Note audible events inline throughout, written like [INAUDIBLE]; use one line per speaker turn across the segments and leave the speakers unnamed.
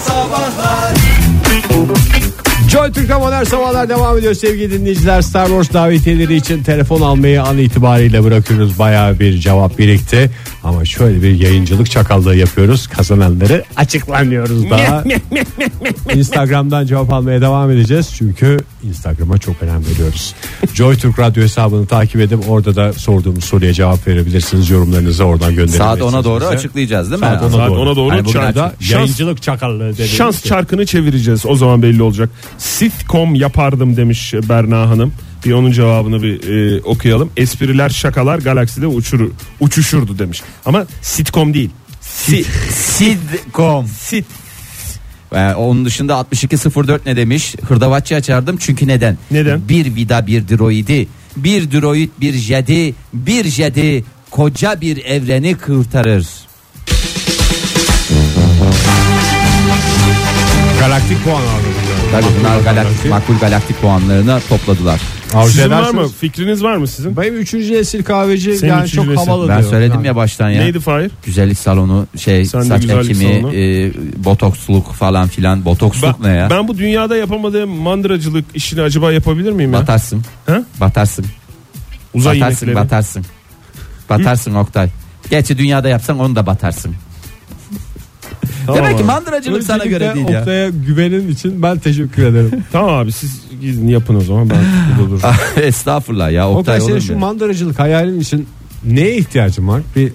Sabahlar
Joy Türk'te modern sabahlar devam ediyor sevgili dinleyiciler. Star Wars davetiyeleri için telefon almayı an itibariyle bırakıyoruz. Bayağı bir cevap birikti. Ama şöyle bir yayıncılık çakallığı yapıyoruz. Kazananları açıklanıyoruz
[LAUGHS]
daha. Instagram'dan cevap almaya devam edeceğiz. Çünkü Instagram'a çok önem veriyoruz. Joy Türk Radyo hesabını takip edip orada da sorduğumuz soruya cevap verebilirsiniz. Yorumlarınızı oradan
Saat
gönderebilirsiniz.
10'a doğru
bize.
açıklayacağız değil mi?
Saat 10'a
Saat
doğru.
ona doğru
Hani bugün
çar-
açık.
şans,
Yayıncılık çakallığı dediğimiz
şans
gibi.
çarkını çevireceğiz. O zaman belli olacak. Sitcom yapardım demiş Berna Hanım. Bir onun cevabını bir e, okuyalım. Espriler şakalar galakside uçur, uçuşurdu demiş. Ama sitcom değil.
Si- Sidcom. Sit. Ee, onun dışında 6204 ne demiş? Hırdavatçı açardım çünkü neden?
Neden?
Bir vida bir droidi, bir droid bir jedi, bir jedi koca bir evreni kurtarır.
Galaktik puan aldı bunlar.
Tabii bunlar galaktik, makul galaktik puanlarını topladılar.
Arzu
Sizin var
edersiniz.
mı? Fikriniz var mı sizin?
Benim üçüncü nesil kahveci
Senin
yani
üçüncü
çok
nesil.
havalı
Ben
diyor.
söyledim
Yani.
ya baştan ya.
Neydi Fahir?
Güzellik salonu şey
Sen de
saç
güzellik
ekimi
salonu.
e, botoksluk falan filan
Ben,
botoksluk ne ya
ben bu dünyada yapamadığım mandıracılık işini acaba yapabilir miyim ya?
batarsın
Ha?
batarsın
Uzay
batarsın
yemekleri.
batarsın batarsın Oktay gerçi dünyada yapsan onu da batarsın demek ki mandıracılık sana
Öncelikle
göre değil ya
Oktay'a güvenin için ben teşekkür ederim.
Tamam abi siz gidin yapın o
[LAUGHS]
zaman ben burada dururum.
estağfurullah ya Oktay,
Oktay senin
olur
şu
mu ya?
mandıracılık hayalin için neye ihtiyacın var? Bir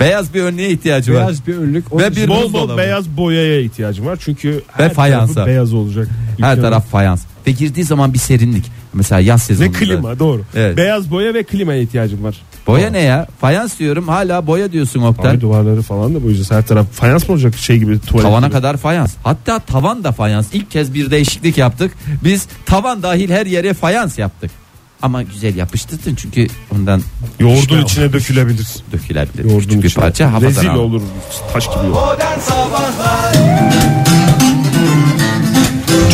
beyaz bir önlüğe ihtiyacı var
beyaz bir önlük. onun
Ve
için-
bir-
bol bol
buzdolabı.
beyaz boyaya ihtiyacım var çünkü her
fayansa.
tarafı beyaz olacak.
her
Dükkanın.
taraf fayans ve girdiği zaman bir serinlik mesela yaz
ve
sezonunda
klima doğru.
Evet.
Beyaz boya ve klimaya ihtiyacım var.
boya ne ya fayans diyorum hala boya diyorsun Oktay
Abi duvarları falan da boyayacağız. Her taraf fayans mı olacak şey gibi tuvalet
Tavana
gibi.
kadar fayans. Hatta tavan da fayans. İlk kez bir değişiklik yaptık. Biz tavan dahil her yere fayans yaptık. Ama güzel yapıştırdın çünkü ondan
Yoğurdun içine dökülebilir.
dökülebilir.
Yoğurdun
Küçük bir
içine.
parça havadan
Rezil
al.
olur taş gibi olur.
Modern Sabahlar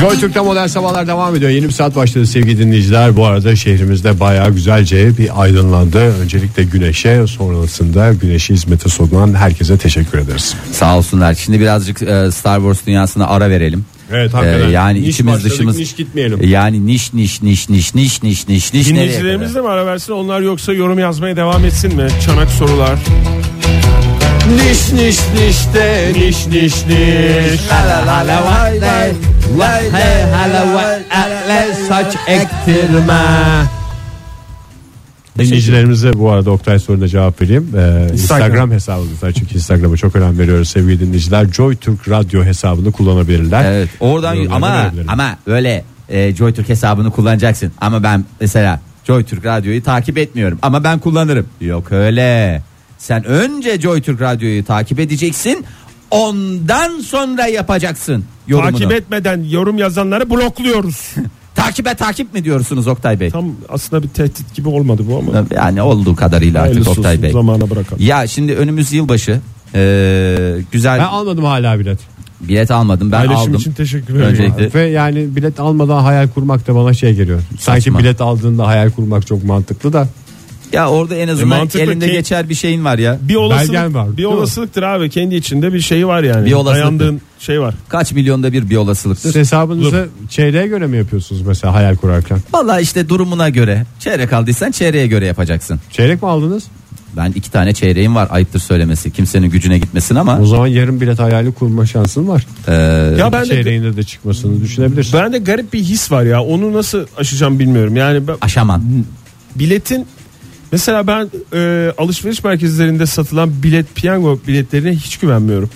Joy Türk'te modern sabahlar devam ediyor. Yeni bir saat başladı sevgili dinleyiciler. Bu arada şehrimizde bayağı güzelce bir aydınlandı. Öncelikle güneşe sonrasında güneşi hizmete sunan herkese teşekkür ederiz.
Sağ olsunlar. Şimdi birazcık e, Star Wars dünyasına ara verelim.
Evet
E,
hakikaten.
yani
Niş
içimiz
başladık,
dışımız
niş gitmeyelim.
Yani niş niş niş niş niş niş niş niş nereye kadar?
Dinleyicilerimiz de mi ara versin onlar yoksa yorum yazmaya devam etsin mi? Çanak sorular.
Niş niş niş de niş niş niş.
Saç ektirme.
Dinleyicilerimize bu arada Oktay soruna cevap vereyim. Ee, Instagram hesabımızda çünkü Instagram'a çok önem veriyoruz sevgili dinleyiciler. Joy Türk Radyo hesabını kullanabilirler.
Evet oradan
Yorumlarını
ama
verebilirim.
ama öyle e, JoyTürk hesabını kullanacaksın. Ama ben mesela JoyTürk Radyo'yu takip etmiyorum ama ben kullanırım. Yok öyle. Sen önce JoyTürk Radyo'yu takip edeceksin. Ondan sonra yapacaksın yorumunu.
Takip etmeden yorum yazanları blokluyoruz.
Takibe takip mi diyorsunuz Oktay Bey?
Tam aslında bir tehdit gibi olmadı bu ama.
Yani olduğu kadarıyla artık
Hayırlısı
Oktay
olsun,
Bey.
Zamana bırakalım.
Ya şimdi önümüz yılbaşı. Ee, güzel
Ben almadım hala bilet.
bilet almadım ben
Paylaşım
aldım.
için teşekkür ederim.
Öncelikle
Ve yani bilet almadan hayal kurmak da bana şey geliyor. Sanki
Saçma.
bilet aldığında hayal kurmak çok mantıklı da.
ya orada en azından
E, mantıklı
elinde
ki-
geçer bir şeyin var ya.
Bir
Belgen
olasılık,
var,
bir
değil mi?
olasılıktır abi kendi içinde bir şey var yani.
Bir olasılık.
Dayandığın şey var.
Kaç milyonda bir bir olasılıktır.
Siz hesabınızı çeyreğe göre mi yapıyorsunuz mesela hayal kurarken?
Valla işte durumuna göre çeyrek aldıysan çeyreğe göre yapacaksın.
Çeyrek mi aldınız?
Ben iki tane çeyreğim var ayıptır söylemesi kimsenin gücüne gitmesin ama
O zaman yarım bilet hayali kurma şansın var.
e,
Ya ben de,
Çeyreğinde de çıkmasını düşünebilirsin.
ben de garip bir his var ya. Onu nasıl aşacağım bilmiyorum. Yani ben,
aşaman.
biletin mesela ben e, alışveriş merkezlerinde satılan bilet piyango biletlerine hiç güvenmiyorum.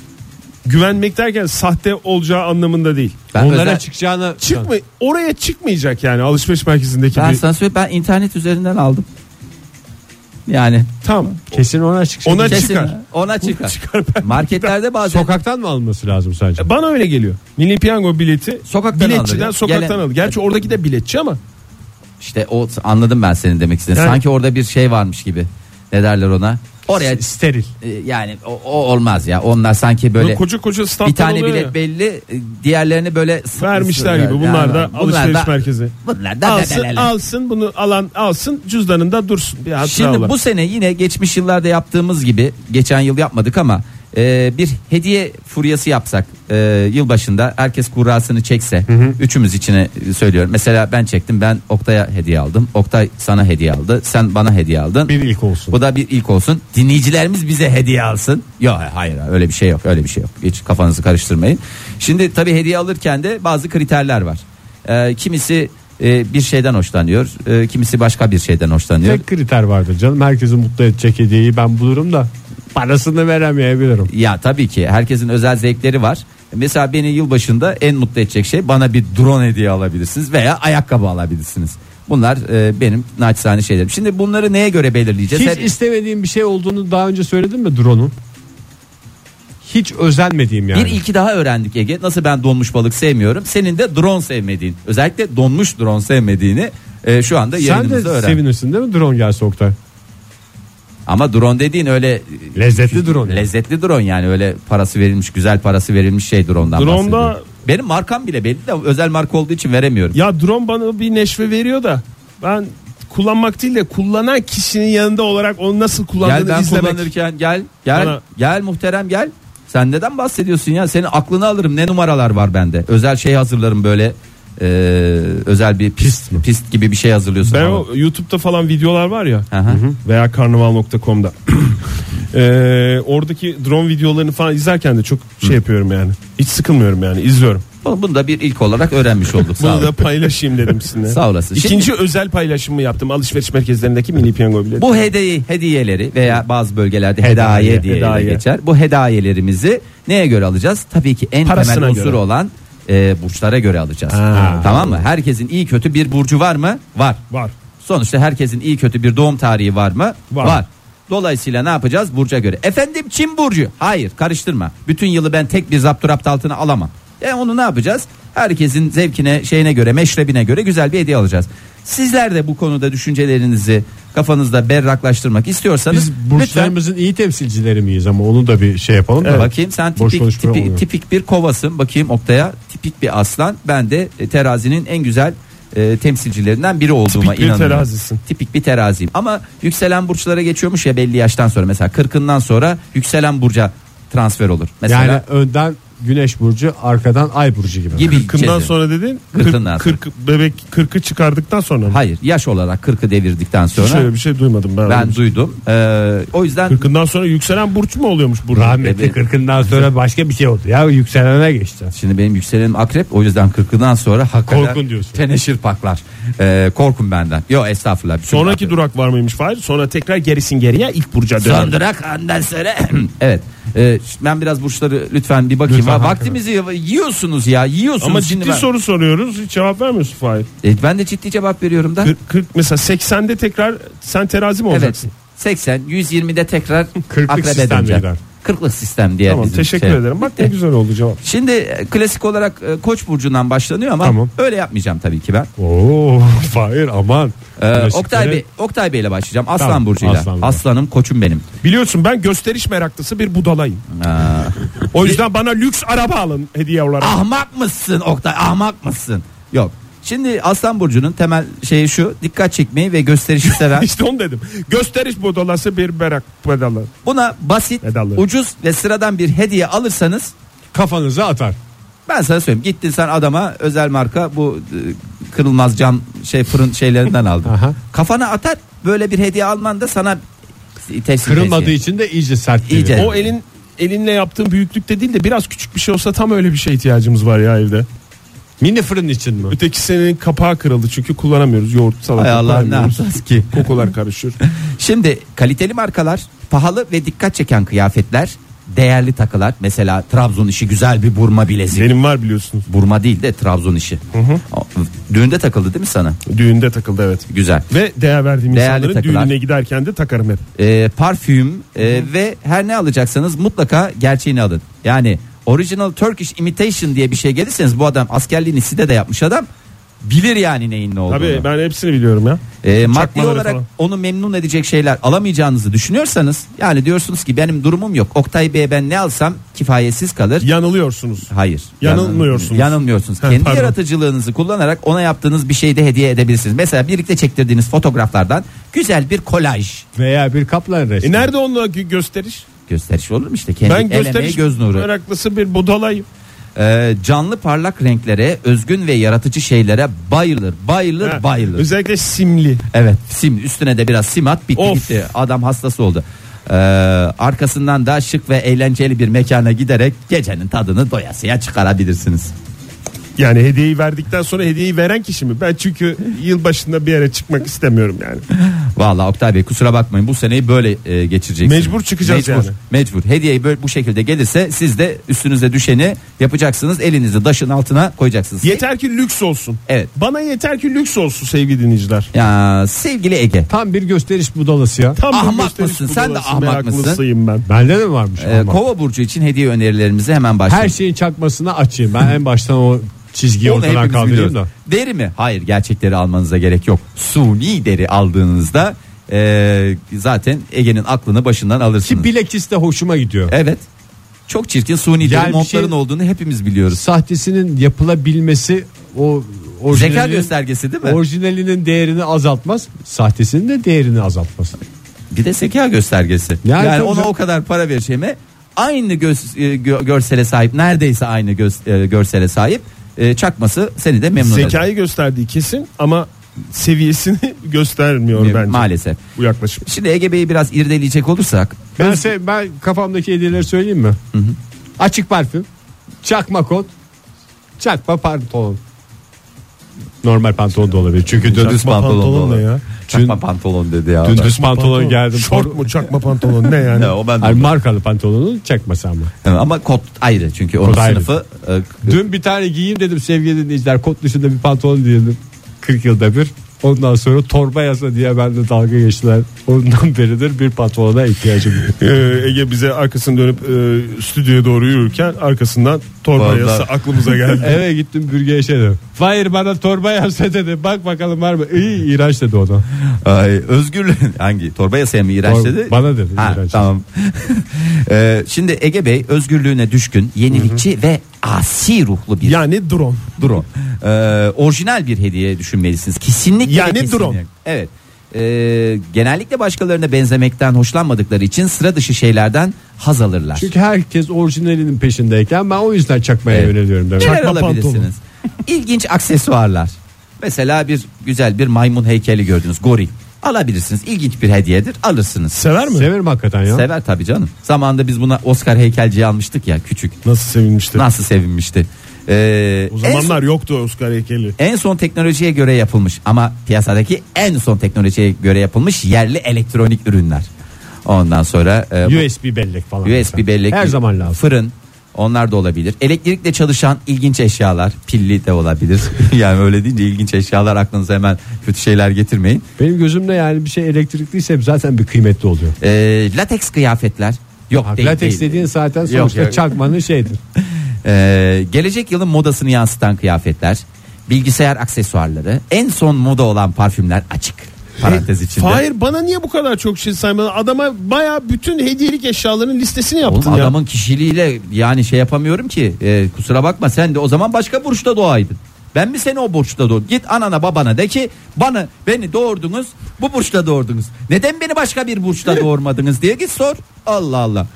Güvenmek derken sahte olacağı anlamında değil.
Ben
Onlara
özel-
çıkacağını
Çıkma oraya çıkmayacak yani alışveriş merkezindeki
ben
bir
sana söyleyeyim ben internet üzerinden aldım. Yani [LAUGHS]
tam
kesin ona çıkacak.
Ona
kesin
çıkar.
ona çıkar.
çıkar ben. [LAUGHS]
Marketlerde bazen
Sokaktan mı alınması lazım sence?
Bana öyle geliyor. Milli piyango bileti
Sokaktan
biletçiden
aldı.
sokaktan
Gelen-
aldı. Gerçi oradaki de biletçi ama
işte o anladım ben senin demek istediğini.
Yani-
Sanki orada bir şey varmış gibi. Ne derler ona? Oraya
steril.
e, yani o, o olmaz ya. Onlar sanki
böyle
böyle
koca koca standlar
bir tane
oluyor
bilet
ya.
belli, e, diğerlerini böyle s-
Vermişler
s-
gibi bunlar da alışveriş merkezi.
Bunlar da
Alsın,
dedeleler.
alsın bunu alan alsın cüzdanında dursun bir hatıra
Şimdi
olarak.
bu sene yine geçmiş yıllarda yaptığımız gibi geçen yıl yapmadık ama e, bir hediye furyası yapsak e, yılbaşında herkes kurasını çekse üçümüz içine e, söylüyorum. Mesela ben çektim ben Oktay'a hediye aldım. Oktay sana hediye aldı. Sen bana hediye aldın.
Bir ilk olsun.
Bu da bir ilk olsun. Dinleyicilerimiz bize hediye alsın. Yok hayır öyle bir şey yok. Öyle bir şey yok. Hiç kafanızı karıştırmayın. Şimdi tabii hediye alırken de bazı kriterler var. Ee, kimisi e, bir şeyden hoşlanıyor. e, kimisi başka bir şeyden hoşlanıyor.
Tek kriter vardır canım. Herkesi mutlu edecek hediyeyi ben bulurum da parasını veremeyebilirim.
Ya tabii ki herkesin özel zevkleri var. Mesela beni yılbaşında en mutlu edecek şey bana bir drone hediye alabilirsiniz veya ayakkabı alabilirsiniz. Bunlar e, benim naçizane şeylerim. Şimdi bunları neye göre belirleyeceğiz?
Hiç
Her-
istemediğin bir şey olduğunu daha önce söyledin mi drone'un? Hiç özenmediğim yani.
Bir ilki daha öğrendik Ege. Nasıl ben donmuş balık sevmiyorum. Senin de drone sevmediğin. Özellikle donmuş drone sevmediğini e, şu anda
Sen de
yayınımızda öğrendik.
sevinirsin değil mi drone gelse Oktay?
Ama drone dediğin öyle
Lezzetli drone.
Lezzetli drone yani öyle parası verilmiş, güzel parası verilmiş şey drone'dan
Drone'da-
bahsediyorum. Benim markam bile belli de özel marka olduğu için veremiyorum.
Ya drone bana bir neşve veriyor da ben kullanmak değil de kullanan kişinin yanında olarak onu nasıl
Gel
kullandığını
ben
izlemek.
kullanırken gel gel
Bana-
gel muhterem gel. Sen neden bahsediyorsun ya? Senin aklını alırım. Ne numaralar var bende? Özel şey hazırlarım böyle. e, özel bir pist pist gibi bir şey hazırlıyorsun.
Ben
falan.
o YouTube'da falan videolar var ya
Hı hı.
veya karnaval.com'da. [CLEARS THROAT] Ee, oradaki drone videolarını falan izlerken de çok şey yapıyorum yani. Hiç sıkılmıyorum yani izliyorum.
Bunu da bir ilk olarak öğrenmiş olduk. Sağ
Bunu da
olun. [LAUGHS]
paylaşayım dedim sizinle.
Sağ olasın.
İkinci özel paylaşımı yaptım alışveriş merkezlerindeki mini piyango bileti.
Bu hediye hediyeleri veya bazı bölgelerde hedaye diye de
hedaye.
geçer. Bu hedayelerimizi neye göre alacağız? Tabii ki en
Parasına
temel unsur
göre.
olan e, burçlara göre alacağız.
Ha.
Tamam mı? Herkesin iyi kötü bir burcu var mı? Var.
var.
Sonuçta herkesin iyi kötü bir doğum tarihi var mı?
Var.
Dolayısıyla ne yapacağız? Burca göre. Efendim Çin Burcu. Hayır karıştırma. Bütün yılı ben tek bir zapturapt altına alamam. E onu ne yapacağız? Herkesin zevkine, şeyine göre, meşrebine göre güzel bir hediye alacağız. Sizler de bu konuda düşüncelerinizi kafanızda berraklaştırmak istiyorsanız
Biz burçlarımızın iyi temsilcileri miyiz ama onu da bir şey yapalım da.
lütfen bakayım sen
Boş
tipik,
konuşmaya
tipi-
olmuyor.
tipik bir kovasın. Bakayım Oktay'a tipik bir aslan. Ben de e, terazinin en güzel e, temsilcilerinden biri olduğuma
Tipik bir
inanıyorum.
terazisin.
tipik bir teraziyim. Ama yükselen burçlara geçiyormuş ya belli yaştan sonra mesela 40'ından sonra yükselen burca transfer olur. Mesela
Yani önden güneş burcu arkadan ay burcu gibi.
gibi
Kırkından
içeri-
sonra dedin.
Kırkından
40,
sonra.
40 bebek 40'ı çıkardıktan sonra mı?
Hayır yaş olarak 40'ı devirdikten sonra
Şöyle bir şey duymadım ben.
ben duydum. Ee, o yüzden
Kırkından sonra yükselen burç mu oluyormuş burcu?
Rahmetli
Evet.
kırkından sonra başka bir şey oldu ya yükselene geçti.
Şimdi benim yükselenim akrep o yüzden 40'ından sonra hakikaten
Korkun diyorsun.
teneşir paklar. Ee, korkun benden. Yok estağfurullah. Bütün
Sonraki durak var mıymış Fahir? Sonra tekrar gerisin geriye ilk burca döner.
Son durak ondan sonra. [CLEARS THROAT] evet. Ee, ş- ben biraz burçları lütfen bir bakayım.
Lütfen,
Ha,
hakikaten.
vaktimizi y- yiyorsunuz ya. Yiyorsunuz.
Ama
Şimdi
ciddi
ben,
soru soruyoruz hiç cevap vermiyorsun Fahir.
E, ben de ciddi cevap veriyorum da.
40, mesela 80'de tekrar sen terazi mi
Evet.
olacaksın?
80 120'de
[LAUGHS]
tekrar
Kırklık
akrebe
sistemle
döneceğim.
gider.
Kırklık sistem diye
Tamam
bizim
teşekkür
şey-
ederim. Bak ne güzel oldu cevap.
Şimdi e, klasik olarak e, Koç burcundan başlanıyor ama
Tamam.
öyle yapmayacağım tabii ki ben.
Oo, hayır aman.
Ee,
Güneşliklere-
Oktay Bey Oktay Bey'le başlayacağım. Aslan
Tamam,
burcuyla.
Aslan Bey.
Aslanım koçum benim.
Biliyorsun ben gösteriş meraklısı bir budalayım.
Aa.
O yüzden bana lüks araba alın hediye olarak.
Ahmak mısın Oktay ahmak mısın? Yok. Şimdi Aslan Burcu'nun temel şeyi şu dikkat çekmeyi ve gösterişi seven
İşte onu dedim. Gösteriş budalası bir merak budalı.
buna basit
Vedalı.
ucuz ve sıradan bir hediye alırsanız
Kafanıza atar.
ben sana söyleyeyim gittin sen adama özel marka bu e, kırılmaz cam şey fırın şeylerinden aldın.
Aha.
Kafana atar böyle bir hediye alman da sana teslim
Kırılmadığı
teslim.
için de iyice sert.
İyice.
geliyor.
O elin elinle yaptığın büyüklükte değil de biraz küçük bir şey olsa tam öyle bir şey ihtiyacımız var ya evde.
Mini fırın için mi?
Öteki senenin kapağı kırıldı çünkü kullanamıyoruz. Yoğurt
Hay
salata
Allah ne
koyamıyoruz.
yapacağız ki? [LAUGHS]
Kokular karışır.
Şimdi kaliteli markalar, pahalı ve dikkat çeken kıyafetler, değerli takılar. Mesela Trabzon işi güzel bir burma bilezik.
Benim var biliyorsunuz.
Burma değil de Trabzon işi. O- Düğünde takıldı değil mi sana?
Düğünde takıldı evet.
Güzel.
Ve değer verdiğim
Değerli
insanların
takılar.
düğününe giderken de takarım hep.
Ee, parfüm e, ve her ne alacaksanız mutlaka gerçeğini alın. Yani original Turkish imitation diye bir şey gelirseniz bu adam askerliğini size de yapmış adam bilir yani neyin ne olduğunu.
Tabii ben hepsini biliyorum ya.
E, maddi
Çakmaları
olarak
falan.
onu memnun edecek şeyler alamayacağınızı düşünüyorsanız yani diyorsunuz ki benim durumum yok. Oktay Bey'e ben ne alsam kifayetsiz kalır.
Yanılıyorsunuz.
Hayır.
Yanılmıyorsunuz.
Yanıl- Yanılmıyorsunuz.
He,
Kendi
pardon.
yaratıcılığınızı kullanarak ona yaptığınız bir şeyi de hediye edebilirsiniz. Mesela birlikte çektirdiğiniz fotoğraflardan güzel bir kolaj.
Veya bir kaplan resmi.
E nerede onunla E, gö- gösteriş?
Gösteriş olur mu işte? Kendi
ben
el emeği
gösteriş
göz nuru.
meraklısı bir budalayım.
Ee, canlı parlak renklere, özgün ve yaratıcı şeylere bayılır, bayılır,
Ha,
bayılır.
Özellikle simli.
Evet sim üstüne de biraz simat bitti
Of.
gitti adam hastası oldu. Ee, arkasından da şık ve eğlenceli bir mekana giderek gecenin tadını doyasıya çıkarabilirsiniz.
Yani hediyeyi verdikten sonra hediyeyi veren kişi mi? Ben çünkü yıl başında bir yere çıkmak istemiyorum
[LAUGHS]
yani.
Vallahi Oktay Bey kusura bakmayın bu seneyi böyle e, geçireceksiniz.
Mecbur çıkacağız
mecbur,
yani.
Mecbur. Hediyeyi böyle bu şekilde gelirse siz de üstünüze düşeni yapacaksınız. Elinizi daşın altına koyacaksınız.
Yeter ki lüks olsun.
Evet.
Bana yeter ki lüks olsun sevgili dinleyiciler.
ya sevgili Ege.
Tam bir gösteriş budalası ya.
Tam bir
Ahmak
gösteriş
mısın? Sen de
budalası
ahmak mısın?
meraklısıyım ben.
Bende de varmış
e,
ama.
Kova burcu için hediye önerilerimizi hemen başlayalım.
Her şeyin çakmasını açayım. Ben en baştan o çizgiyi
Onu
ortadan
hepimiz
kaldırayım
biliyoruz.
da.
Deri mi? Hayır gerçekleri almanıza gerek yok. Suni deri aldığınızda eee, zaten Ege'nin aklını başından alırsınız.
Ki bilekis de hoşuma gidiyor.
Evet. Çok çirkin suni
Yani
deri
bir
montların
şey-
olduğunu hepimiz biliyoruz.
Sahtesinin yapılabilmesi o
Zeka
orijinalinin,
göstergesi değil mi?
orijinalinin değerini azaltmaz. Sahtesinin de değerini azaltmaz.
bir de zeka göstergesi.
Yani
Yani,
çok
ona
güzel.
o kadar para vereceğime aynı göz, e, gö- görsele sahip neredeyse aynı göz, e, görsele sahip e, çakması seni de memnun eder.
Zekayı gösterdiği kesin ama seviyesini [LAUGHS] göstermiyor bence.
Maalesef.
Bu yaklaşım.
Şimdi Ege Bey'i biraz irdeleyecek olursak
Ben, se- ben kafamdaki hediyeleri söyleyeyim mi? Açık parfüm, çakma kot, çakma pantolon. Normal pantolon da olabilir. Çünkü dün
düz
pantolon
pantolon,
ne
olur.
ya?
Çakma pantolon dedi ya.
Dün düz pantolon geldim.
Şort mu [LAUGHS] çakma pantolon ne yani?
Ya, o ben de- E,
Hayır, markalı pantolonun çakması ama.
Ama kot ayrı çünkü onun
Kot ayrı.
sınıfı e,
Dün bir tane giyeyim dedim sevgili dinleyiciler. Kot dışında bir pantolon diyelim. 40 yılda bir. Ondan sonra torba yasa diye bende dalga geçtiler. Ondan beridir bir pantolona ihtiyacım yok.
Ee, Ege bize arkasını dönüp e, stüdyoya doğru yürürken arkasından torba
Vallahi-
yasa
[LAUGHS]
aklımıza geldi.
[LAUGHS] Eve gittim bürgeye şey dedim. Hayır bana torba yasa dedi. Bak bakalım var mı? İyi iğrenç dedi ona.
Ay, özgürlüğün [LAUGHS] hangi torba yasaya mı iğrenç
Tor-
dedi?
bana dedi,
Ha,
iğrenç.
tamam. [LAUGHS] Ee, şimdi Ege Bey özgürlüğüne düşkün, yenilikçi ve asi ruhlu bir
Yani drone.
drone. Ee, orijinal bir hediye düşünmelisiniz. Kesinlikle. ve
Yani
kesinlikle.
drone.
Evet. Ee, genellikle başkalarına benzemekten hoşlanmadıkları için sıra dışı şeylerden haz alırlar.
Çünkü herkes orijinalinin peşindeyken ben o yüzden çakmaya
Evet.
yöneliyorum demek.
Neler
Çakma pantolon.
alabilirsiniz? İlginç aksesuarlar. Mesela bir güzel bir maymun heykeli gördünüz. Goril. Alabilirsiniz. İlginç bir hediyedir. Alırsınız.
Sever mi?
Severim hakikaten ya.
Sever tabii canım. Zamanında biz buna Oscar heykelciyi almıştık ya küçük.
Nasıl sevinmişti.
Nasıl sevinmişti. Ee,
O
en, son,
zamanlar yoktu Oscar heykeli.
en son teknolojiye göre yapılmış ama piyasadaki en son teknolojiye göre yapılmış yerli elektronik ürünler. Ondan sonra e, bu-
USB bellek falan.
USB
mesela.
bellek.
Her zaman lazım.
Fırın onlar da olabilir. Elektrikle çalışan ilginç eşyalar, pilli de olabilir. [LAUGHS] yani öyle deyince ilginç eşyalar aklınıza hemen kötü şeyler getirmeyin.
Benim gözümde yani bir şey elektrikliyse zaten bir kıymetli oluyor.
Ee, lateks kıyafetler. Yok
Bak,
değil.
Latex
değil.
dediğin zaten sonuçta
yok.
çakmanın şeyidir.
[LAUGHS] Ee, gelecek yılın modasını yansıtan kıyafetler, bilgisayar aksesuarları, en son moda olan parfümler açık.
E,
Parantez içinde.
Hayır bana niye bu kadar çok şey saymadın? Adama baya bütün hediyelik eşyaların listesini
Oğlum
yaptın ya.
adamın kişiliğiyle yani şey yapamıyorum ki. Ee, kusura bakma sen de o zaman başka burçta doğaydın. Ben mi seni o burçta doğdum? Git anana babana de ki bana beni doğurdunuz bu burçta doğurdunuz. Neden beni başka bir burçta
[LAUGHS]
doğurmadınız diye git sor. Allah Allah.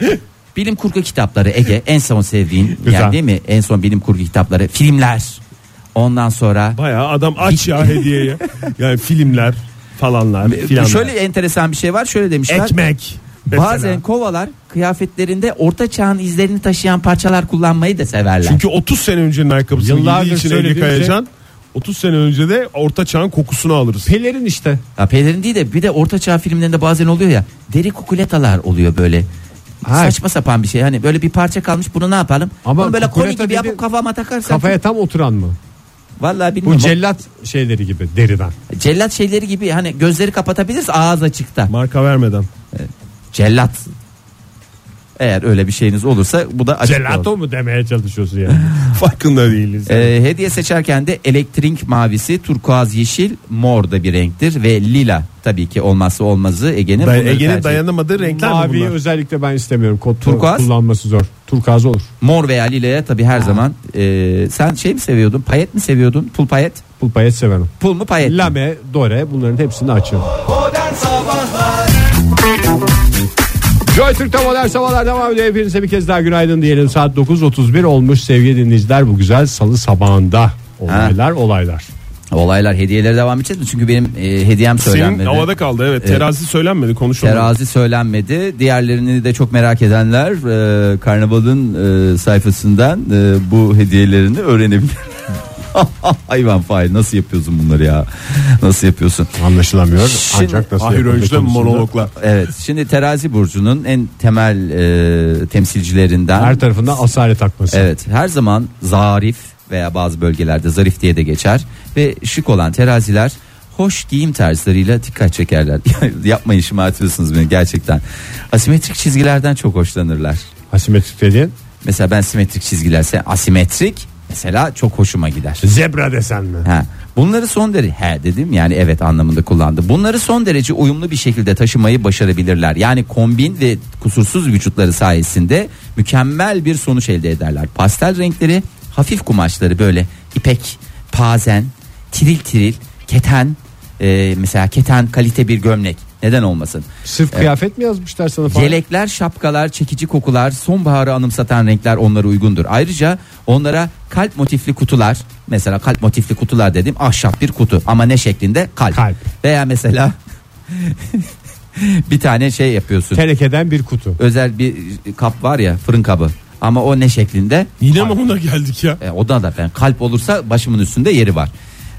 bilim kurgu kitapları Ege en son sevdiğin
Güzel.
yani değil mi? En son bilim kurgu kitapları filmler. Ondan sonra
Baya adam
[LAUGHS]
aç ya hediyeye. Yani filmler falanlar filanlar.
şöyle enteresan bir şey var şöyle demişler.
ekmek. mesela.
Bazen kovalar kıyafetlerinde orta çağın izlerini taşıyan parçalar kullanmayı da severler.
Çünkü 30 sene öncenin ayakkabısını
Yıllardır
giydiği için
söylediğim şey-
Ege Kayacan 30 sene önce de orta çağın kokusunu alırız.
Pelerin işte.
Ya pelerin değil de bir de ortaçağ filmlerinde bazen oluyor ya deri kukuletalar oluyor böyle.
Hayır.
Saçma sapan bir şey hani böyle bir parça kalmış bunu ne yapalım?
Ama
Bunu böyle
kukuleta
konik gibi
dedi-
yapıp kafama takarsan.
Kafaya tam oturan mı?
Vallahi
Bu
bilmiyorum.
cellat şeyleri gibi deriden.
Cellat şeyleri gibi hani gözleri kapatabiliriz ağız açıkta.
Marka vermeden.
Cellat. Eğer öyle bir şeyiniz olursa bu da açık olur.
Gelato mu demeye çalışıyorsun yani?
[LAUGHS] Farkında değiliz.
Ee, hediye seçerken de elektrik mavisi, turkuaz yeşil, mor da bir renktir ve lila tabii ki olmazsa olmazı Ege'nin.
Day-
bunları
Ege'nin
tercih-
dayanamadığı renkler mi
Mavi
bunlar?
özellikle ben istemiyorum. Kod
Turkuaz?
kullanması zor. Turkuaz olur.
Mor veya lila'ya tabii her zaman. Ee, sen şey mi seviyordun? Payet mi seviyordun? Pul payet.
Pul payet severim.
Pul mu payet? mi?
Lame, dore bunların hepsini açıyorum.
Modern Sabahlar
Joy Türk'te modern sabahlar devam ediyor. Hepinize bir kez daha günaydın diyelim. Saat 9.31 olmuş sevgili dinleyiciler. Bu güzel salı sabahında olaylar olaylar.
Olaylar hediyeleri devam edeceğiz mi? Çünkü benim e, hediyem söylenmedi.
Senin havada kaldı
E,
evet. Terazi söylenmedi konuşulmadı.
Terazi söylenmedi. Diğerlerini de çok merak edenler e, Karnaval'ın e, sayfasından e, bu hediyelerini öğrenebilir. [LAUGHS] Hayvan fail nasıl yapıyorsun bunları ya? Nasıl yapıyorsun?
Anlaşılamıyor.
Şimdi-
Ancak nasıl
Ahir
yapıldığı
Öncü'den
konusunda-
monologla.
Evet şimdi terazi burcunun en temel e, temsilcilerinden
Her tarafından asalet akması.
Evet her zaman zarif veya bazı bölgelerde zarif diye de geçer ve şık olan teraziler hoş giyim tarzlarıyla dikkat çekerler. [LAUGHS] Yapmayın şımartıyorsunuz beni gerçekten. Asimetrik çizgilerden çok hoşlanırlar.
Asimetrik dediğin
Mesela ben simetrik çizgilerse asimetrik mesela çok hoşuma gider.
zebra desen mi?
Ha. Bunları son derece he dedim yani evet anlamında kullandı. Bunları son derece uyumlu bir şekilde taşımayı başarabilirler. Yani kombin ve kusursuz vücutları sayesinde mükemmel bir sonuç elde ederler. Pastel renkleri, hafif kumaşları böyle ipek, pazen, tiril tiril, keten, e, mesela keten kalite bir gömlek. Neden olmasın?
Sırf kıyafet mi yazmışlar sana falan?
Yelekler, şapkalar, çekici kokular, sonbaharı anımsatan renkler onlara uygundur. Ayrıca onlara kalp motifli kutular, mesela kalp motifli kutular dedim ahşap bir kutu ama ne şeklinde? Kalp.
Kalp.
Veya mesela [LAUGHS] bir tane şey yapıyorsun.
Tenekeden bir kutu.
Özel bir kap var ya fırın kabı ama o ne şeklinde?
Yine mi ona geldik ya?
E, o da da ben kalp olursa başımın üstünde yeri var.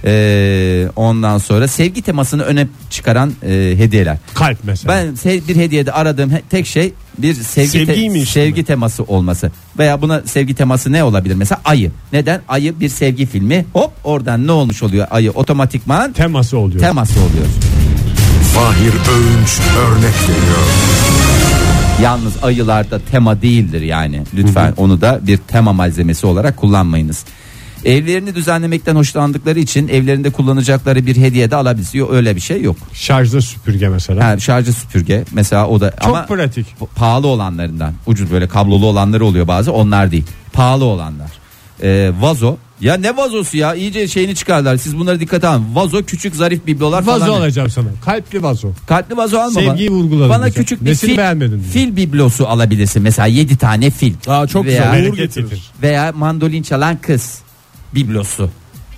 E, ondan sonra sevgi temasını öne çıkaran e, hediyeler.
Kalp mesela.
Ben sev- bir hediyede aradığım he- tek şey bir sevgi te-
Sevgiymiş
sevgi teması olması. Veya buna sevgi teması ne olabilir? Mesela ayı. Neden? Ayı bir sevgi filmi. Hop oradan ne olmuş oluyor? Ayı otomatikman
Teması oluyor.
teması oluyor.
Fahir Öğünç örnek veriyor.
Yalnız ayılarda tema değildir yani. Lütfen onu da bir tema malzemesi olarak kullanmayınız. Evlerini düzenlemekten hoşlandıkları için evlerinde kullanacakları bir hediye de alabiliyor. Öyle bir şey yok.
Şarjlı süpürge mesela.
Ha, şarjı süpürge mesela o da
Çok
ama
pratik.
Pa- pahalı olanlarından ucuz böyle kablolu olanları oluyor bazı onlar değil pahalı olanlar Ee, vazo ya ne vazosu ya iyice şeyini çıkarlar siz bunlara dikkat alın vazo küçük zarif biblolar
Vazo
falan
alacağım sana. Kalpli vazo.
kalpli vazo alma bana.
Sevgiyi vurguladım
bana
diyecek.
küçük bir
Nesini
fil,
beğenmedin diyor.
fil biblosu alabilirsin mesela 7 tane fil
Aa, çok
veya,
güzel.
Uğur getirir.
veya mandolin çalan kız biblosu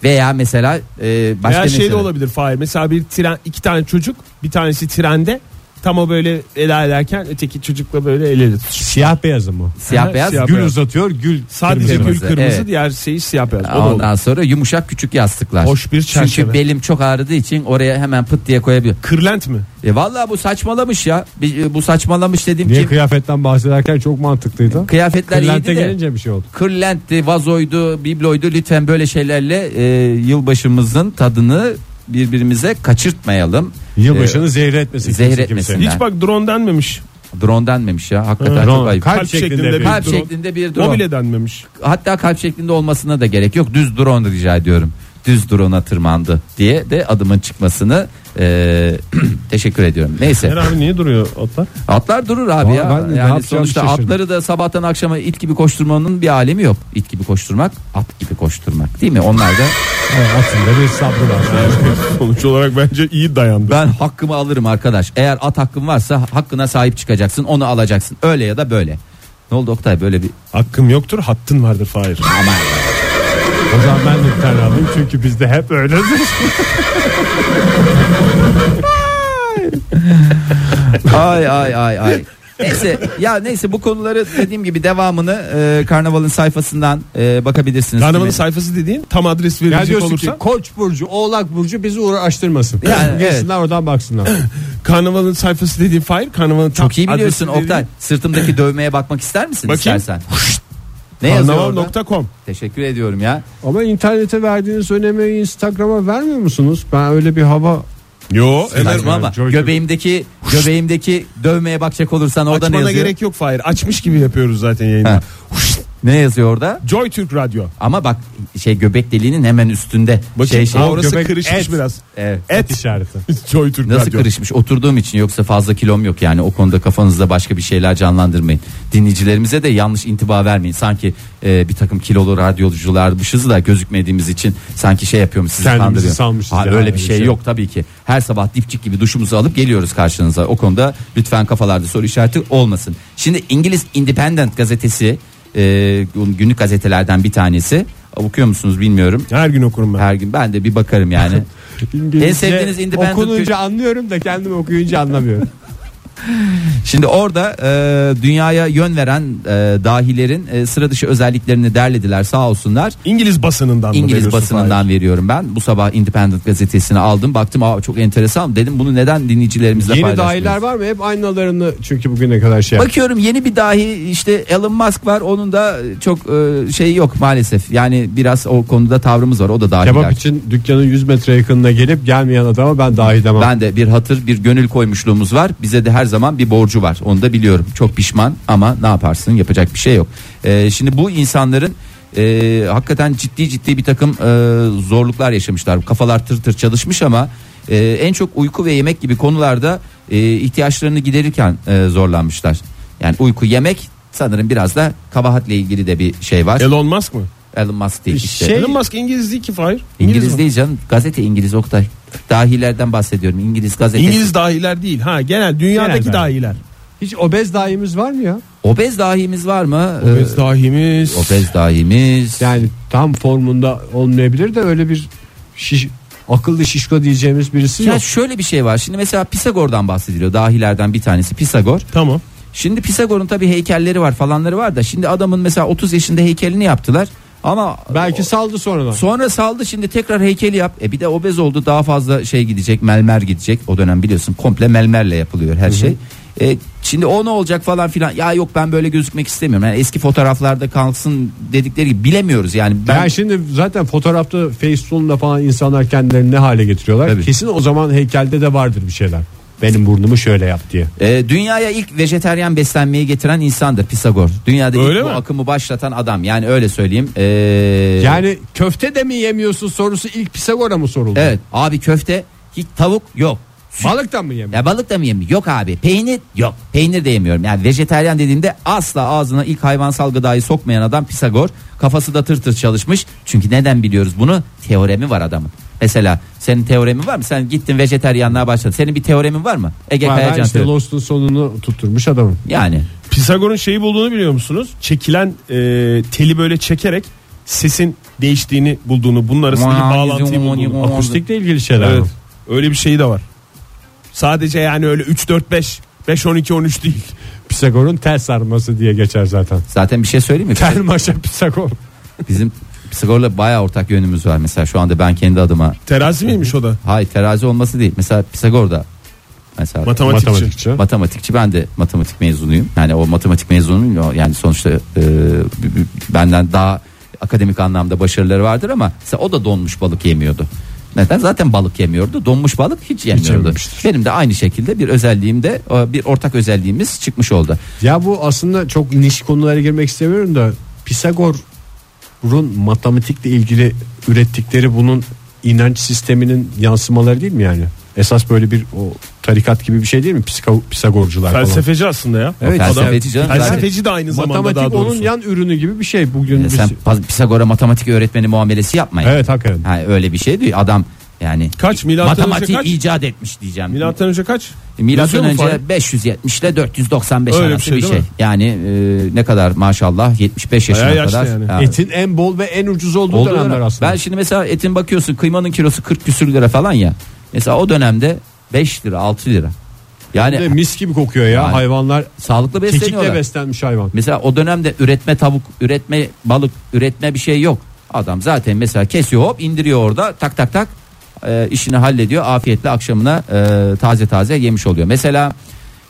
veya mesela e, başka
Veya
ne
şey de
söyle-
olabilir Fahir. Mesela bir tren, iki tane çocuk bir tanesi trende tam o böyle veda ederken öteki çocukla böyle el ele tutuşur.
Siyah beyazı mı?
siyah
Aha,
beyaz
siyah
Gül
beyaz.
uzatıyor gül
Sadece
kırmızı.
kırmızı.
Kırmızı,
gül kırmızı
evet.
diğer şeyi siyah beyaz. O da olur.
Ondan sonra yumuşak küçük yastıklar.
Hoş bir
Çünkü
çerçeve.
belim çok ağrıdığı için oraya hemen pıt diye koyabiliyor.
Kırlent mi?
E vallahi bu saçmalamış ya. Bir- e, Bu saçmalamış dedim
Niye
ki
kıyafetten bahsederken çok mantıklıydı.
kıyafetler
Kırlente
iyiydi de.
gelince bir şey oldu.
Kırlentti, vazoydu, bibloydu. Lütfen böyle şeylerle e, yılbaşımızın tadını birbirimize kaçırtmayalım.
Yılbaşını zehir etmesin.
zehir
kimse
etmesin.
kimseye.
Ben-
Hiç bak drone denmemiş.
E, drone denmemiş ya. Hakikaten
Drone,
çok ayıp.
kalp,
Kalp
şeklinde,
şeklinde
bir-
bir-
Kalp
drone.
şeklinde bir drone.
Mobile denmemiş.
Hatta kalp şeklinde olmasına da gerek yok. Düz drone rica ediyorum. Düz drone'a tırmandı diye de adımın çıkmasını e, [CLEARS THROAT] teşekkür ediyorum. Neyse.
Her abi niye duruyor otlar?
Atlar durur abi
Vallahi ben
ya.
de ne
yani
yapacağımı
sonuçta
şaşırdım.
atları da sabahtan akşama it gibi koşturmanın bir alemi yok. İt gibi koşturmak, at gibi koşturmak değil mi? Onlar
[LAUGHS]
da
Evet, Aslında bir sabrı var.
Sonuç olarak bence iyi dayandı.
ben hakkımı alırım arkadaş. Eğer at hakkın varsa hakkına sahip çıkacaksın, onu alacaksın. Öyle ya da böyle. Ne oldu Oktay böyle bir
Hakkım yoktur hattın vardır Fahir.
o zaman ben de bir tane alayım çünkü bizde hep öyledir.
ay ay ay ay. Neyse ya neyse bu konuları dediğim gibi devamını e, Karnaval'ın sayfasından e, bakabilirsiniz.
Karnavalın
Kime-
sayfası dediğin tam adres
Ya
verilecek
diyorsun ki
olursa.
Koç burcu, Oğlak burcu bizi uğraştırmasın.
Yani,
Gelsinler oradan baksınlar.
Karnavalın sayfası dediğin Fahir karnavalın tam
Çok iyi biliyorsun
adresi dediğin
Oktay. Sırtımdaki dövmeye bakmak ister misin
Bakayım.
istersen? Ne yazıyor orada?
Karnaval.com
Teşekkür ediyorum ya.
Ama internete verdiğiniz önemi Instagram'a vermiyor musunuz? Ben öyle bir hava
Yo
Saçma ama
Joy-
göbeğimdeki göbeğimdeki dövmeye bakacak olursan orada ne
Açmana
yazıyor?
gerek yok Fahir. Açmış gibi yapıyoruz zaten yayını.
Ha.
Huşt
Ne yazıyor orada?
Joy Türk Radyo.
Ama bak şey göbek deliğinin hemen üstünde.
Bakın
şey, şey,
aa, orası
göbek
kırışmış
et.
biraz.
Evet.
Et işareti.
[LAUGHS] Joy Türk
Nasıl
Radyo.
kırışmış oturduğum için yoksa fazla kilom yok yani o konuda kafanızda başka bir şeyler canlandırmayın. Dinleyicilerimize de yanlış intiba vermeyin. Sanki e, bir takım kilolu radyocularmışız da gözükmediğimiz için sanki şey yapıyormuş sizi
Kendimizi
kandırıyor.
sanmışız
Ha,
ya,
öyle
öyle
bir
bir
şey
şey.
yok tabii ki. Her sabah dipçik gibi duşumuzu alıp geliyoruz karşınıza. O konuda lütfen kafalarda soru işareti olmasın. Şimdi İngiliz Independent gazetesi e, günlük gazetelerden bir tanesi. Okuyor musunuz bilmiyorum.
Her gün okurum ben.
Her gün ben de bir bakarım yani. en sevdiğiniz independent
Okununca anlıyorum da kendim okuyunca anlamıyorum.
Şimdi orada e, dünyaya yön veren e, dahilerin e, sıra dışı özelliklerini derlediler sağ olsunlar.
İngiliz basınından mı
İngiliz
veriyorsun
basınından veriyorum ben. Bu sabah Independent gazetesini aldım. Baktım Aa, çok enteresan. Dedim bunu neden dinleyicilerimizle
Yeni
paylaşmıyoruz?
dahiler var mı? Hep aynalarını çünkü bugüne kadar şey yaptı.
Bakıyorum yeni bir dahi işte Elon Musk var. Onun da çok e, şey yok maalesef. Yani biraz o konuda tavrımız var. O da dahiler.
Kebap için dükkanın 100 metre yakınına gelip gelmeyen adama ben dahi demem.
Ben de bir hatır bir gönül koymuşluğumuz var. Bize de her zaman bir borcu var. Onu da biliyorum. Çok pişman ama ne yaparsın yapacak bir şey yok. Ee, şimdi bu insanların e, hakikaten ciddi ciddi bir takım e, zorluklar yaşamışlar. Kafalar tır tır çalışmış ama e, en çok uyku ve yemek gibi konularda e, ihtiyaçlarını giderirken e, zorlanmışlar. Yani uyku yemek sanırım biraz da kabahatle ilgili de bir şey var.
Elon Musk mı?
Elon Musk değil işte.
Şey-
Elon Musk İngiliz değil ki Fahir.
İngiliz
mi?
değil canım. Gazete İngiliz Oktay. Dahilerden bahsediyorum. İngiliz gazetesi.
İngiliz dahiler değil. Ha genel dünyadaki
Genel dahi.
dahiler.
Hiç obez dahimiz var mı ya?
Obez dahimiz var mı? Ee, Obez,
Biz dahimiz.
dahimiz.
Yani tam formunda olmayabilir de öyle bir şiş, akıllı şişko diyeceğimiz birisi
ya
yok.
şöyle bir şey var. Şimdi mesela Pisagor'dan bahsediliyor. Dahilerden bir tanesi Pisagor.
Tamam.
Şimdi Pisagor'un tabii heykelleri var falanları var da şimdi adamın mesela 30 yaşında heykelini yaptılar. Ama
Belki saldı sonradan.
sonra saldı şimdi tekrar heykeli yap. E bir de obez oldu daha fazla şey gidecek melmer gidecek. O dönem biliyorsun komple melmerle yapılıyor her şey. E, şimdi o ne olacak falan filan. Ya yok ben böyle gözükmek istemiyorum. Yani eski fotoğraflarda kalsın dedikleri gibi bilemiyoruz yani. Ben...
Yani şimdi zaten fotoğrafta Facebook'la falan insanlar kendilerini ne hale getiriyorlar?
Tabii.
Kesin o zaman heykelde de vardır bir şeyler. Benim burnumu şöyle yap diye.
E, dünyaya ilk vejeteryan beslenmeyi getiren insandır Pisagor. Dünyada
Öyle
ilk bu
mi?
akımı başlatan adam. Yani öyle söyleyeyim. E,
Yani köfte de mi yemiyorsun sorusu ilk Pisagor'a mı soruldu?
evet abi köfte hiç tavuk yok. Süt-
Balıktan mı yemiyorsun?
ya balık da mı yemiyorum? Yok abi. Peynir yok. Peynir de yemiyorum. Yani vejeteryan dediğimde asla ağzına ilk hayvansal gıdayı sokmayan adam Pisagor. Kafası da tır tır çalışmış. Çünkü neden biliyoruz bunu? Teoremi var adamın. Mesela senin teoremin var mı? Sen gittin vejeteryanlığa başladın. Senin bir teoremin var mı? Ege
Valla
Kayacan
işte
teoremi.
Lost'un sonunu tutturmuş adamın.
Yani
Pisagor'un şeyi bulduğunu biliyor musunuz? Çekilen e, teli böyle çekerek sesin değiştiğini bulduğunu, bunun arasındaki
Vay,
bağlantıyı
yüzüm,
bulduğunu.
yüzüm.
Akustikle ilgili şeyler
Evet.
mi?
Öyle bir şeyi de var. Sadece yani öyle 3 4 5 5 12 13 değil.
Pisagor'un tel sarması diye geçer zaten.
zaten bir şey söyleyeyim mi?
[LAUGHS]
Tel maşa Pisagor.
Bizim Pisagor'la bayağı ortak yönümüz var mesela şu anda ben kendi adıma.
Terazi miymiş o da?
Hayır terazi olması değil. Mesela Pisagor'da mesela
Matematikçi.
Matematikçi.
matematikçi ben de matematik mezunuyum. Yani o matematik mezunuyum o yani sonuçta e, b- b- benden daha akademik anlamda başarıları vardır ama mesela o da donmuş balık yemiyordu. Neden? Zaten balık yemiyordu. Donmuş balık hiç yemiyordu.
yememiştir.
Benim de aynı şekilde bir özelliğim de e, bir ortak özelliğimiz çıkmış oldu.
Ya bu aslında çok niş konulara girmek istemiyorum da Pisagor'un matematikle ilgili ürettikleri bunun inanç sisteminin yansımaları değil mi yani? Esas böyle bir o tarikat gibi bir şey değil mi? Psika- Pisagorcular falan.
Felsefeci aslında ya.
Evet,
felsefeci canım zaten.
felsefeci de aynı zamanda daha
Matematik
doğrusu.
onun yan ürünü gibi bir şey bugün.
E,
biz-
Sen Pas- Pisagor'a matematik öğretmeni muamelesi yapmayın.
Evet hakikaten.
Ha, öyle bir şey değil. Adam yani
Kaç milattan önce
matematiği
kaç?
icat etmiş diyeceğim.
Milattan önce kaç?
Milattan
Yazıyor mu Fahir?
önce 570 ile 495
Öyle bir
arası
şey
bir
değil
şey.
mi?
Yani e, ne kadar maşallah 75 yaşına
Bayağı yaşlı
kadar.
yani.
Ha,
Etin en bol ve en ucuz olduğu
olduğu
dönemler
dönem.
aslında.
Ben şimdi mesela etin bakıyorsun kıymanın kilosu 40 küsür lira falan ya. Mesela o dönemde 5 lira 6 lira. Yani
Bir de mis gibi kokuyor ya
Yani-
hayvanlar.
sağlıklı besleniyorlar.
Kekikle beslenmiş hayvan.
Mesela o dönemde üretme tavuk, üretme balık, üretme bir şey yok. Adam zaten mesela kesiyor hop indiriyor orada tak tak tak e, işini hallediyor. Afiyetle akşamına e, taze taze yemiş oluyor. Mesela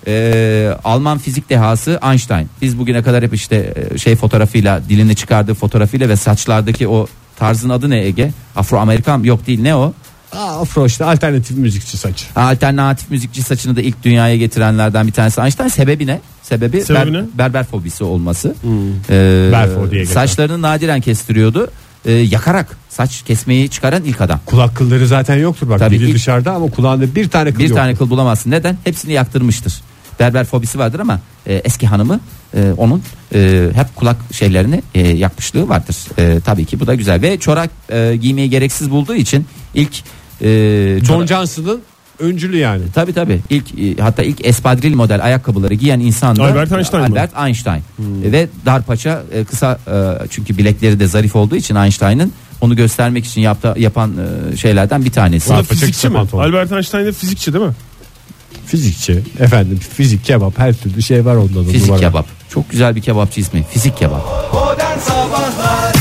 e, Alman fizik dehası Einstein. Biz bugüne kadar hep işte e, şey fotoğrafıyla dilini çıkardığı fotoğrafıyla ve saçlardaki o tarzın adı ne Ege? Afro Amerikan yok değil ne o?
Aa, afro işte alternatif müzikçi saç.
Alternatif müzikçi saçını da ilk dünyaya getirenlerden bir tanesi Einstein. Sebebi ne? Sebebi,
Sebebi ne?
berber fobisi olması. Ee,
Berfo diye geçer.
saçlarını nadiren kestiriyordu. Ee, yakarak saç kesmeyi çıkaran ilk adam.
Kulak kılları zaten yoktur bak.
Tabii
Biri
ilk-
dışarıda ama kulağında bir tane kıl
Bir
yoktur.
tane kıl bulamazsın. Neden? Hepsini yaktırmıştır. Berber fobisi vardır ama e, eski hanımı e, onun e, hep kulak şeylerini e, yakmışlığı vardır. E, tabii ki bu da güzel ve çorak e, giymeyi gereksiz bulduğu için ilk e,
John
çora-
Johnson'ın öncülü yani.
Tabii tabii. İlk e, hatta ilk espadril model ayakkabıları giyen insan da
Albert Einstein mı? Hmm.
Albert Einstein. E, Ve dar paça e, kısa e, çünkü bilekleri de zarif olduğu için Einstein'ın onu göstermek için yaptı, yapan e, şeylerden bir tanesi.
O da
Sarpa
fizikçi
çekse
mi?
pantolon.
Albert Einstein de fizikçi değil mi?
Fizikçi. Efendim fizik kebap her türlü şey var onda da.
Fizik
numara.
kebap. Çok güzel bir kebapçı ismi. Fizik kebap.
Modern Sabahlar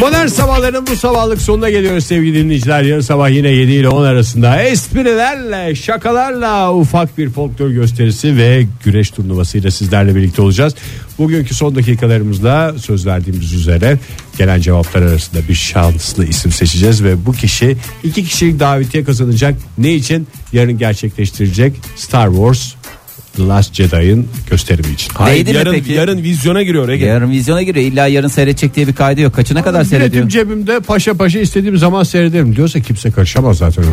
Modern sabahların bu sabahlık sonuna geliyoruz sevgili dinleyiciler. Yarın sabah yine 7 ile 10 arasında esprilerle, şakalarla ufak bir folklor gösterisi ve güreş turnuvasıyla sizlerle birlikte olacağız. Bugünkü son dakikalarımızda söz verdiğimiz üzere gelen cevaplar arasında bir şanslı isim seçeceğiz ve bu kişi iki kişilik davetiye kazanacak. Ne için? Yarın gerçekleştirecek Star Wars The Last Jedi'ın gösterimi için.
Hayır, Değdi mi
yarın,
peki?
yarın vizyona giriyor Ege.
Yarın vizyona giriyor. İlla yarın seyredecek diye bir kaydı yok. Kaçına kadar
Biletim
seyrediyor?
cebimde paşa paşa istediğim zaman seyrederim diyorsa kimse karışamaz zaten ona.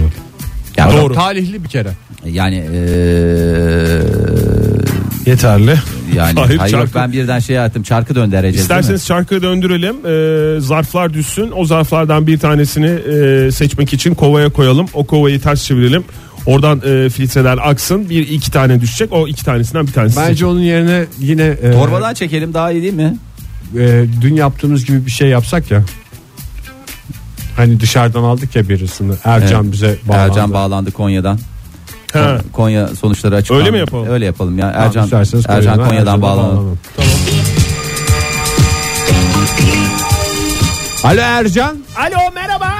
Ya
Doğru. Talihli bir kere.
Yani e, eee,
Yeterli.
yani
Hayır,
hayır,
çarkı-
ben birden şey attım. Çarkı döndereceğiz.
İsterseniz şarkıyı döndürelim. Ee, zarflar düşsün. O zarflardan bir tanesini e, seçmek için kovaya koyalım. O kovayı ters çevirelim. Oradan e, filtreler aksın. Bir iki tane düşecek. O iki tanesinden bir tanesi.
Bence onun yerine yine e,
Torbadan çekelim daha iyi değil mi?
e, dün yaptığımız gibi bir şey yapsak ya. Hani dışarıdan aldık ya birisini. Ercan
Evet.
bize bağlandı.
Ercan bağlandı Konya'dan.
Ha.
Konya sonuçları açıklandı.
Öyle mi yapalım?
Öyle yapalım ya.
Tamam,
Ercan,
isterseniz koyun.
Ercan
Ben
Konya'dan
Ercan'a
bağlanalım.
bağlanalım. Alo Ercan.
Alo merhaba.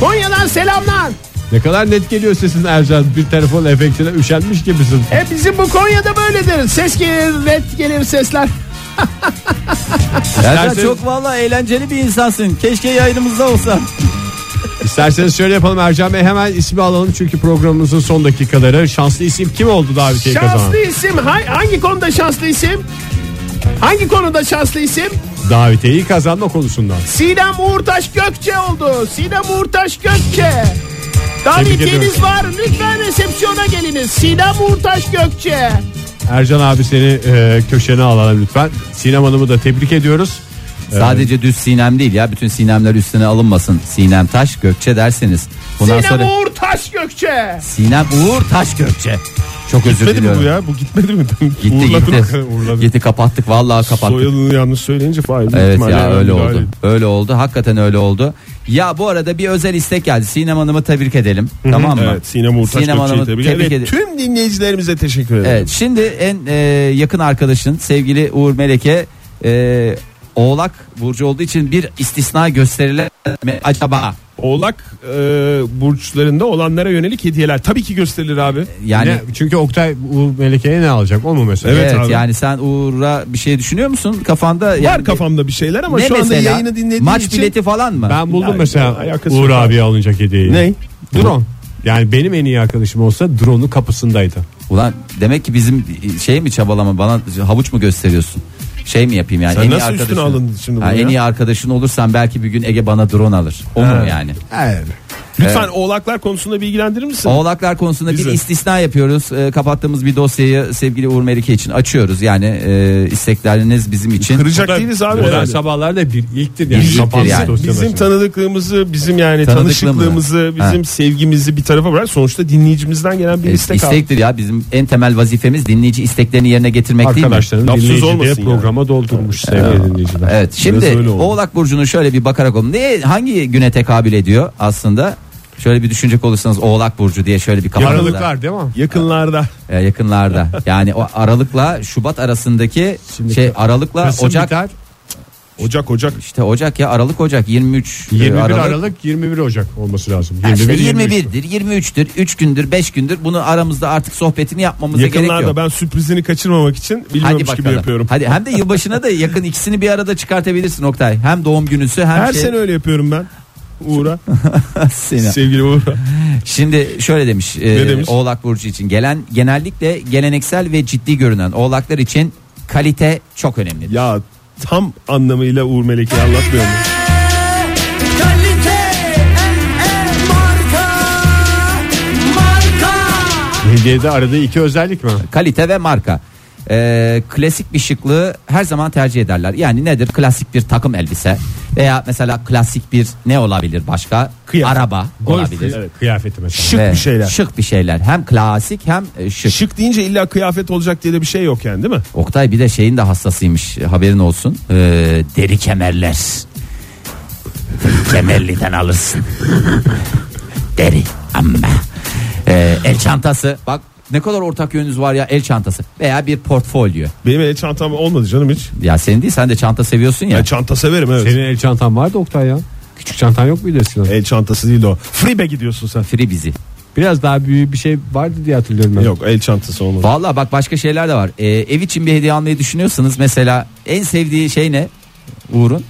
Konya'dan selamlar.
Ne kadar net geliyor sesin Ercan. Bir telefon efektine üşenmiş gibisin.
E bizim bu Konya'da böyledir. Ses gelir, red gelir sesler.
Ercan
İsterseniz-
çok valla eğlenceli bir insansın. Keşke yayınımızda olsan.
İsterseniz şöyle yapalım Ercan Bey hemen ismi alalım çünkü programımızın son dakikaları. Şanslı isim kim oldu davetiye kazanan?
Şanslı isim. Hay- Hangi konuda şanslı isim? Hangi konuda şanslı isim?
Daviteyi kazanma konusundan.
Sinem Uğurtaş Gökçe oldu. Sinem Uğurtaş Gökçe.
ediyorum.
Davetiyeniz var. Lütfen resepsiyona geliniz. Sinem Uğurtaş Gökçe.
Ercan abi seni e, köşene alalım lütfen. Sinem Hanım'ı da tebrik ediyoruz.
Sadece düz sinem değil ya. Bütün sinemler üstüne alınmasın. Sinem Taş Gökçe derseniz. Bundan
Sinem
sonra
Uğurtaş Gökçe.
Sinem Uğur Taş Gökçe. Çok özür
Gitmedi mi
diliyorum.
bu ya? Bu gitmedi mi?
Gitti
Uğurladı
gitti.
mı? [LAUGHS] Uğurladı.
Gitti kapattık vallahi kapattık.
Soyadını yanlış söyleyince fail.
Evet
İhtimalle
ya öyle
müdahale.
oldu. Öyle oldu. Hakikaten öyle oldu. Ya bu arada bir özel istek geldi. Sinem Hanım'ı tebrik edelim. tamam mı?
Evet Sinem Uğurtaş
Sinem
Gökçe'yi
Hanım'ı
tebrik,
tebrik
Evet,
ede-
Tüm dinleyicilerimize teşekkür ederim.
Evet. Şimdi en e, yakın arkadaşın sevgili Uğur Melek'e e, Oğlak burcu olduğu için bir istisna gösterilen mi acaba?
Oğlak e, burçlarında olanlara yönelik hediyeler tabii ki gösterilir
E,
abi.
Yani
Ne- çünkü Oktay Uğur Meleke'ye ne alacak o mu mesela?
Evet
evet,
abi.
yani sen Uğur'a bir şey düşünüyor musun kafanda?
Var
yani,
kafamda bir şeyler ama
ne
şu anda
mesela?
yayını dinlediği
Maç
için
bileti falan mı?
Ben buldum
Yani
mesela
alakası
Uğur
yok abi.
abiye alınacak hediyeyi.
Ne?
Drone. Yani benim en iyi arkadaşım E, olsa drone'un kapısındaydı.
Ulan demek ki bizim şey mi çabalama bana havuç mu gösteriyorsun? Şey mi yapayım yani?
Sen
en iyi
nasıl üstüne
arkadaşın-
alındın şimdi
Ha,
bunu
En
ya?
iyi arkadaşın olursan belki bir gün Ege bana drone alır. O mu yani?
Evet.
Lütfen oğlaklar konusunda bilgilendirir misin?
Oğlaklar konusunda bir
Güzel.
istisna yapıyoruz. Ee, kapattığımız bir dosyayı sevgili Uğur Melike için açıyoruz. Yani e, istekleriniz bizim için.
Kıracak değiliz abi.
Modern
herhalde.
sabahlarda bir ilktir yani.
Bir ilktir
Kapandı
yani.
dosya
Bizim
mesela.
tanıdıklığımızı, bizim yani
Tanıdıklığımı.
tanışıklığımızı, bizim
Ha.
sevgimizi bir tarafa bırak. Sonuçta dinleyicimizden gelen bir
E,
istek abi.
istektir ya bizim en temel vazifemiz dinleyici isteklerini yerine getirmek değil mi?
Arkadaşların
Lafsız
dinleyici diye
olmasın yani.
programa doldurmuş sevgili dinleyiciler.
Evet şimdi
öyle oldu.
Oğlak Burcu'nu şöyle bir bakarak olun. Ne, hangi güne tekabül ediyor aslında? Şöyle bir düşünecek olursanız Oğlak Burcu diye şöyle bir kafanızda.
Aralıklar değil mi?
Yakınlarda.
E,
[LAUGHS]
yakınlarda. Yani o Aralık'la Şubat arasındaki şey Aralık'la
Kasım
Ocak
biter,
Ocak Ocak.
işte Ocak ya Aralık Ocak 23 e,
21 Aralık.
Aralık.
21 Ocak olması lazım.
Ha, işte
23.
21'dir, 23'tür, 3 gündür, 5 gündür. Bunu aramızda artık sohbetini yapmamıza gerek
Yakınlarda
yok.
ben sürprizini kaçırmamak için
Hadi
bilmiyormuş
bakalım.
gibi yapıyorum.
Hadi hem de yılbaşına da yakın ikisini bir arada çıkartabilirsin Oktay. Hem doğum günüsü hem
Her
şey.
sene öyle yapıyorum ben.
[LAUGHS]
Uğur'a.
Seni.
Sevgili Uğur'a.
Şimdi şöyle demiş, e,
demiş?
Oğlak burcu için gelen genellikle geleneksel ve ciddi görünen Oğlaklar için kalite çok önemli.
Ya tam anlamıyla Uğur Melek'i anlatmıyor mu?
Hediyede arada iki özellik mi?
Kalite ve marka. E, klasik bir şıklığı her zaman tercih ederler. Yani nedir? Klasik bir takım elbise veya mesela klasik bir ne olabilir başka?
Kıyafet.
Araba olabilir.
Evet. Kıyafeti mesela.
Şık
Ve
bir şeyler.
Şık bir şeyler. Hem klasik hem e, şık.
Şık deyince illa kıyafet olacak diye de bir şey yok yani değil mi?
Oktay bir de şeyin de hassasıymış haberin olsun. Ee, deri kemerler. Kemerliden alırsın. deri amma. Ee, el çantası. Bak ne kadar ortak yönünüz var ya el çantası veya bir portfolyo.
Benim el çantam olmadı canım hiç.
Ya senin değil sen de çanta seviyorsun ya.
Ben çanta severim evet.
Senin el çantan vardı Oktay ya. Küçük çantan yok muydu eskiden?
El çantası değil de o. Freebe gidiyorsun sen.
Free bizi.
Biraz daha büyük bir şey vardı diye hatırlıyorum ben.
Yok el çantası olmadı.
Valla bak başka şeyler de var. Ee, ev için bir hediye almayı düşünüyorsanız mesela en sevdiği şey ne? Uğur'un.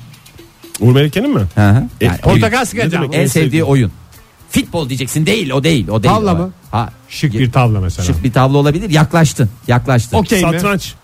Uğur Melek'in mi?
Hı hı.
E,
Yani oyun.
Portakal
Ne
sıkacağım.
demek?
En
En
sevdiği
sevdiği.
oyun. Futbol diyeceksin değil o değil o değil.
Tavla
O-
mı?
Ha.
Şık bir tavla mesela.
Şık bir tablo olabilir. Yaklaştın. Yaklaştın.
Okey mi?
Satranç.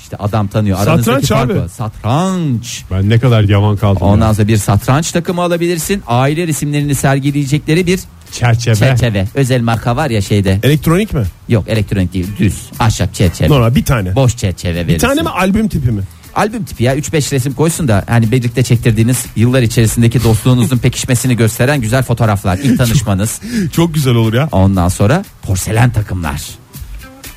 İşte adam tanıyor. Aranızdaki
Satranç
fark
abi.
o. Satranç.
Ben ne kadar yaman kaldım.
Ondan
ya.
sonra bir satranç takımı alabilirsin. Aile resimlerini sergileyecekleri bir
Çerçeve.
çerçeve. Özel marka var ya
E-
şeyde.
Elektronik mi?
Yok elektronik değil. Düz. Ahşap çerçeve.
Normal bir tane.
Boş çerçeve verirsin.
Bir tane mi albüm tipi mi?
Albüm tipi ya 3-5 resim koysun da hani birlikte çektirdiğiniz yıllar içerisindeki dostluğunuzun pekişmesini gösteren güzel fotoğraflar. ilk tanışmanız.
Çok güzel olur ya.
Ondan sonra porselen takımlar.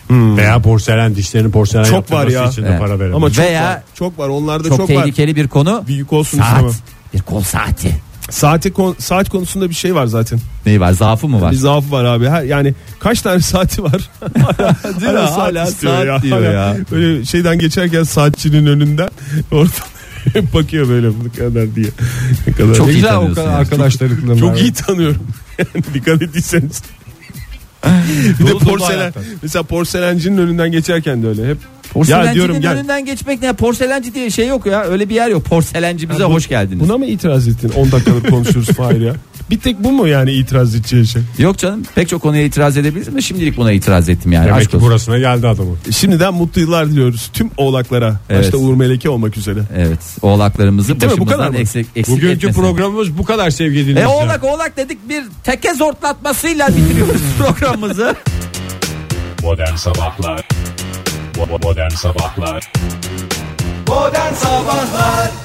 Veya porselen dişlerini porselen
Çok
yaptırması
var ya.
için de
Evet.
para verelim.
Ama çok
Veya-
var. Çok var. Onlarda
Çok,
çok, var.
tehlikeli bir konu.
Büyük olsun
Saat.
istemem.
Bir kol saati.
Saati kon- saat konusunda bir şey var zaten.
Neyi var? Zaafı mı var?
Bir zaafı var abi. Her, yani kaç tane [LAUGHS]
[LAUGHS]
saati var? Değil mi?
Hala saat diyor
Hala
ya.
Böyle şeyden geçerken saatçinin önünden orada [LAUGHS] bakıyor böyle bu kadar diye. Ne kadar
Çok
Ne-
iyi
Güzel o
tanıyorsun
kadar
yani.
arkadaşlarlıklarım
Çok
var.
iyi tanıyorum. [LAUGHS] Yani dikkat ettiyseniz.
[LAUGHS]
bir de
Dolu dolu
porselen.
hayattan.
Mesela porselencinin önünden geçerken de öyle hep. ya
Porselencinin
diyorum gel.
önünden geçmek ne? Porselenci diye şey yok ya. Öyle bir yer yok. Porselenci bize hoş geldiniz.
Buna mı itiraz ettin? 10
[LAUGHS]
dakikalık konuşuruz Fahir ya. Bir tek bu mu yani itiraz edeceği şey?
Yok canım. Pek çok konuya itiraz edebiliriz de şimdilik buna itiraz ettim yani.
Demek
Aşk
ki
olsun.
burasına geldi adamın.
Şimdiden mutlu yıllar diliyoruz tüm oğlaklara.
Evet.
Başta Uğur Meleke olmak üzere.
Evet. Oğlaklarımızı
mi? Bu kadar
başımızdan
mı?
eksik, eksik
Bugünkü
etmesin.
programımız bu kadar sevgili
E
dinleyiciler.
oğlak oğlak dedik bir teke zortlatmasıyla bitiriyoruz [LAUGHS] programımızı.
Modern Sabahlar Bo- Modern Sabahlar
Modern Sabahlar